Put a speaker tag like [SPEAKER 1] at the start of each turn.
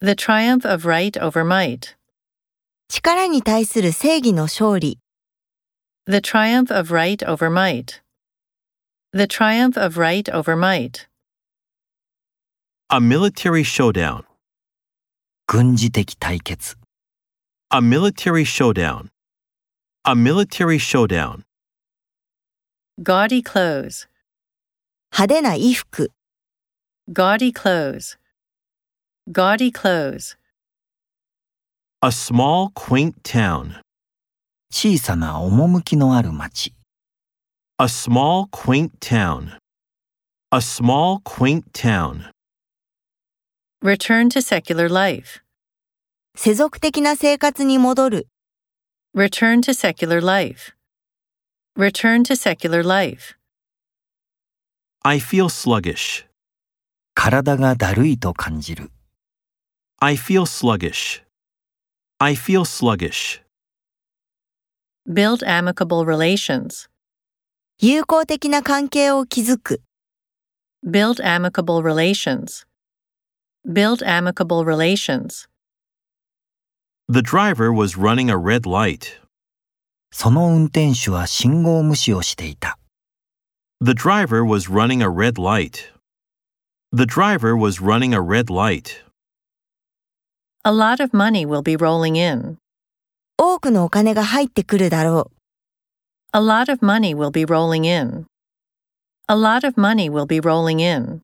[SPEAKER 1] The triumph of right over might.
[SPEAKER 2] 力に対する正義の勝利。
[SPEAKER 1] The triumph of right over might. The triumph of right over might.
[SPEAKER 3] A military showdown.
[SPEAKER 4] 軍事的対決。
[SPEAKER 3] A military showdown. A military showdown.
[SPEAKER 1] Gaudy clothes.
[SPEAKER 2] 派手な衣服。
[SPEAKER 1] Gaudy clothes. Gaudy clothes.
[SPEAKER 3] A small, quaint town.
[SPEAKER 4] 小さな趣のある町。
[SPEAKER 3] A small, quaint town. A small, quaint town.
[SPEAKER 1] Return to secular life.
[SPEAKER 2] 世俗的な生活に戻る。
[SPEAKER 1] Return to secular life. Return to secular life.
[SPEAKER 3] I feel sluggish.
[SPEAKER 4] 体がだるいと感じる。
[SPEAKER 3] I feel sluggish. I feel sluggish.
[SPEAKER 1] Build amicable relations.
[SPEAKER 2] 友好的な関係を築く。
[SPEAKER 1] Build amicable relations. Build amicable relations.
[SPEAKER 3] The driver was running a red light.
[SPEAKER 4] その運転手は信号無視をしていた。
[SPEAKER 3] The driver was running a red light. The driver was running a red light.
[SPEAKER 1] A lot of money will be rolling in.
[SPEAKER 2] 多くのお金が入ってくるだろう。
[SPEAKER 1] A lot of money will be rolling in. A lot of money will be rolling in.